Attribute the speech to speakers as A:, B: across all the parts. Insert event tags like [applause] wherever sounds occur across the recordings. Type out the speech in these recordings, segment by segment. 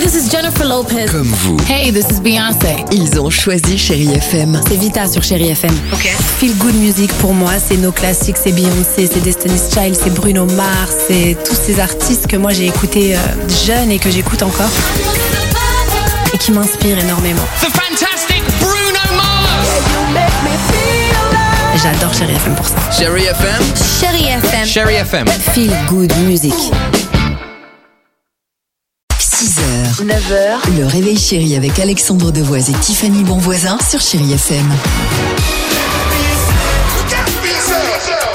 A: This is Jennifer Lopez.
B: Comme vous,
A: Hey, this is Beyoncé.
C: Ils ont choisi Chérie FM.
A: C'est Vita sur Chéri FM.
C: Ok.
D: Feel Good Music pour moi, c'est nos classiques, c'est Beyoncé, c'est Destiny's Child, c'est Bruno Mars, c'est tous ces artistes que moi j'ai écoutés euh, jeune et que j'écoute encore et qui m'inspirent énormément.
E: the fantastic Bruno Mars.
D: J'adore Chérie FM pour ça.
B: Chérie FM,
A: Chéri FM.
B: Chérie FM.
C: Feel Good Music. 6h, 9h, le réveil chéri avec Alexandre Devoise et Tiffany Bonvoisin sur Chérie FM.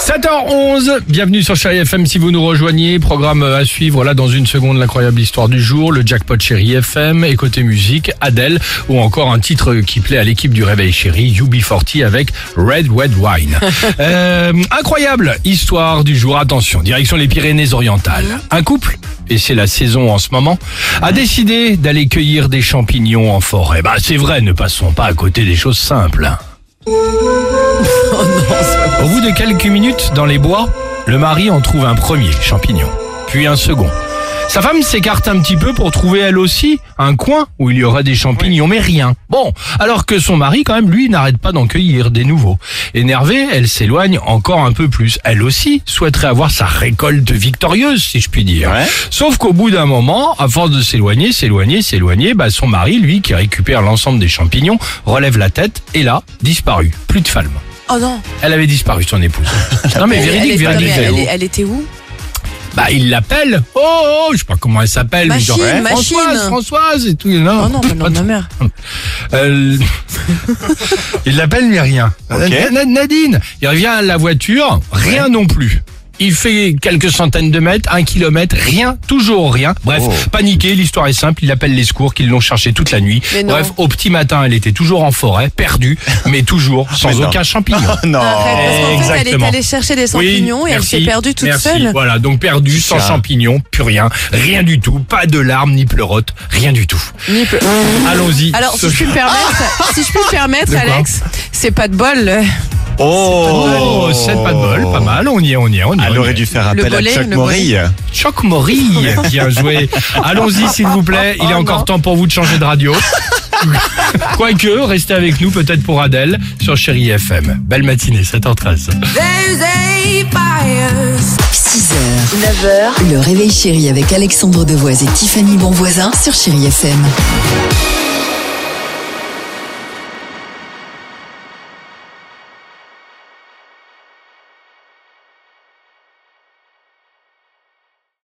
F: 7h11, bienvenue sur Chéri FM si vous nous rejoignez. Programme euh, à suivre là dans une seconde l'incroyable histoire du jour, le jackpot Chéri FM et côté musique, Adèle ou encore un titre qui plaît à l'équipe du Réveil Chéri, UB40 avec Red Red Wine. Euh, incroyable histoire du jour, attention, direction les Pyrénées-Orientales. Un couple et c'est la saison en ce moment, a décidé d'aller cueillir des champignons en forêt. Bah c'est vrai, ne passons pas à côté des choses simples. hein. Au bout de quelques minutes, dans les bois, le mari en trouve un premier champignon, puis un second. Sa femme s'écarte un petit peu pour trouver elle aussi un coin où il y aura des champignons, mais rien. Bon, alors que son mari, quand même, lui, n'arrête pas d'en cueillir des nouveaux. Énervée, elle s'éloigne encore un peu plus. Elle aussi souhaiterait avoir sa récolte victorieuse, si je puis dire. Sauf qu'au bout d'un moment, à force de s'éloigner, s'éloigner, s'éloigner, bah, son mari, lui, qui récupère l'ensemble des champignons, relève la tête et là, disparu. Plus de femme.
C: Oh non,
F: Elle avait disparu, son épouse. non mais véridique, véridique.
C: était où
F: Bah il l'appelle. Oh, oh, je sais pas comment elle s'appelle. mais
C: Machine,
F: genre, eh,
C: machine. bah,
F: Françoise, Françoise et tout. Non,
C: Oh
F: pas de-
C: mère.
F: [laughs] Euh, il l'appelle mais rien. Na- Nadine, il revient à la voiture, rien non plus. Il fait quelques centaines de mètres, un kilomètre, rien, toujours rien. Bref, paniqué, l'histoire est simple, il appelle les secours qui l'ont cherchée toute la nuit.
C: Mais non.
F: Bref, au petit matin, elle était toujours en forêt, perdue, mais toujours sans aucun champignon.
G: Non.
H: Ah,
F: parce qu'en fait, elle est Oh, Exactement. allée
C: chercher des
F: Oui, merci, merci. Voilà, donc perdue, sans champignons, plus rien, rien du tout, pas de larmes ni pleurotes, rien du tout. Allons-y.
H: Alors, si je
F: Sophie.
H: puis me permettre, si je puis me permettre,
F: De quoi
H: Alex, c'est pas de bol. Le,
F: Oh,
G: Oh,
F: c'est pas de bol, pas mal, on y est, on y est, on y est.
G: Elle
F: on y
G: aurait
F: est.
G: dû faire appel
H: volet,
G: à Chuck
H: le
G: Morille.
F: Choc Morille, bien joué. Allons-y s'il vous plaît, il est encore temps pour vous de changer de radio. Quoique, restez avec nous peut-être pour Adèle sur Chéri FM. Belle matinée, 7h13.
C: 6h, 9h, le réveil chéri avec Alexandre Devoise et Tiffany Bonvoisin sur Chérie FM.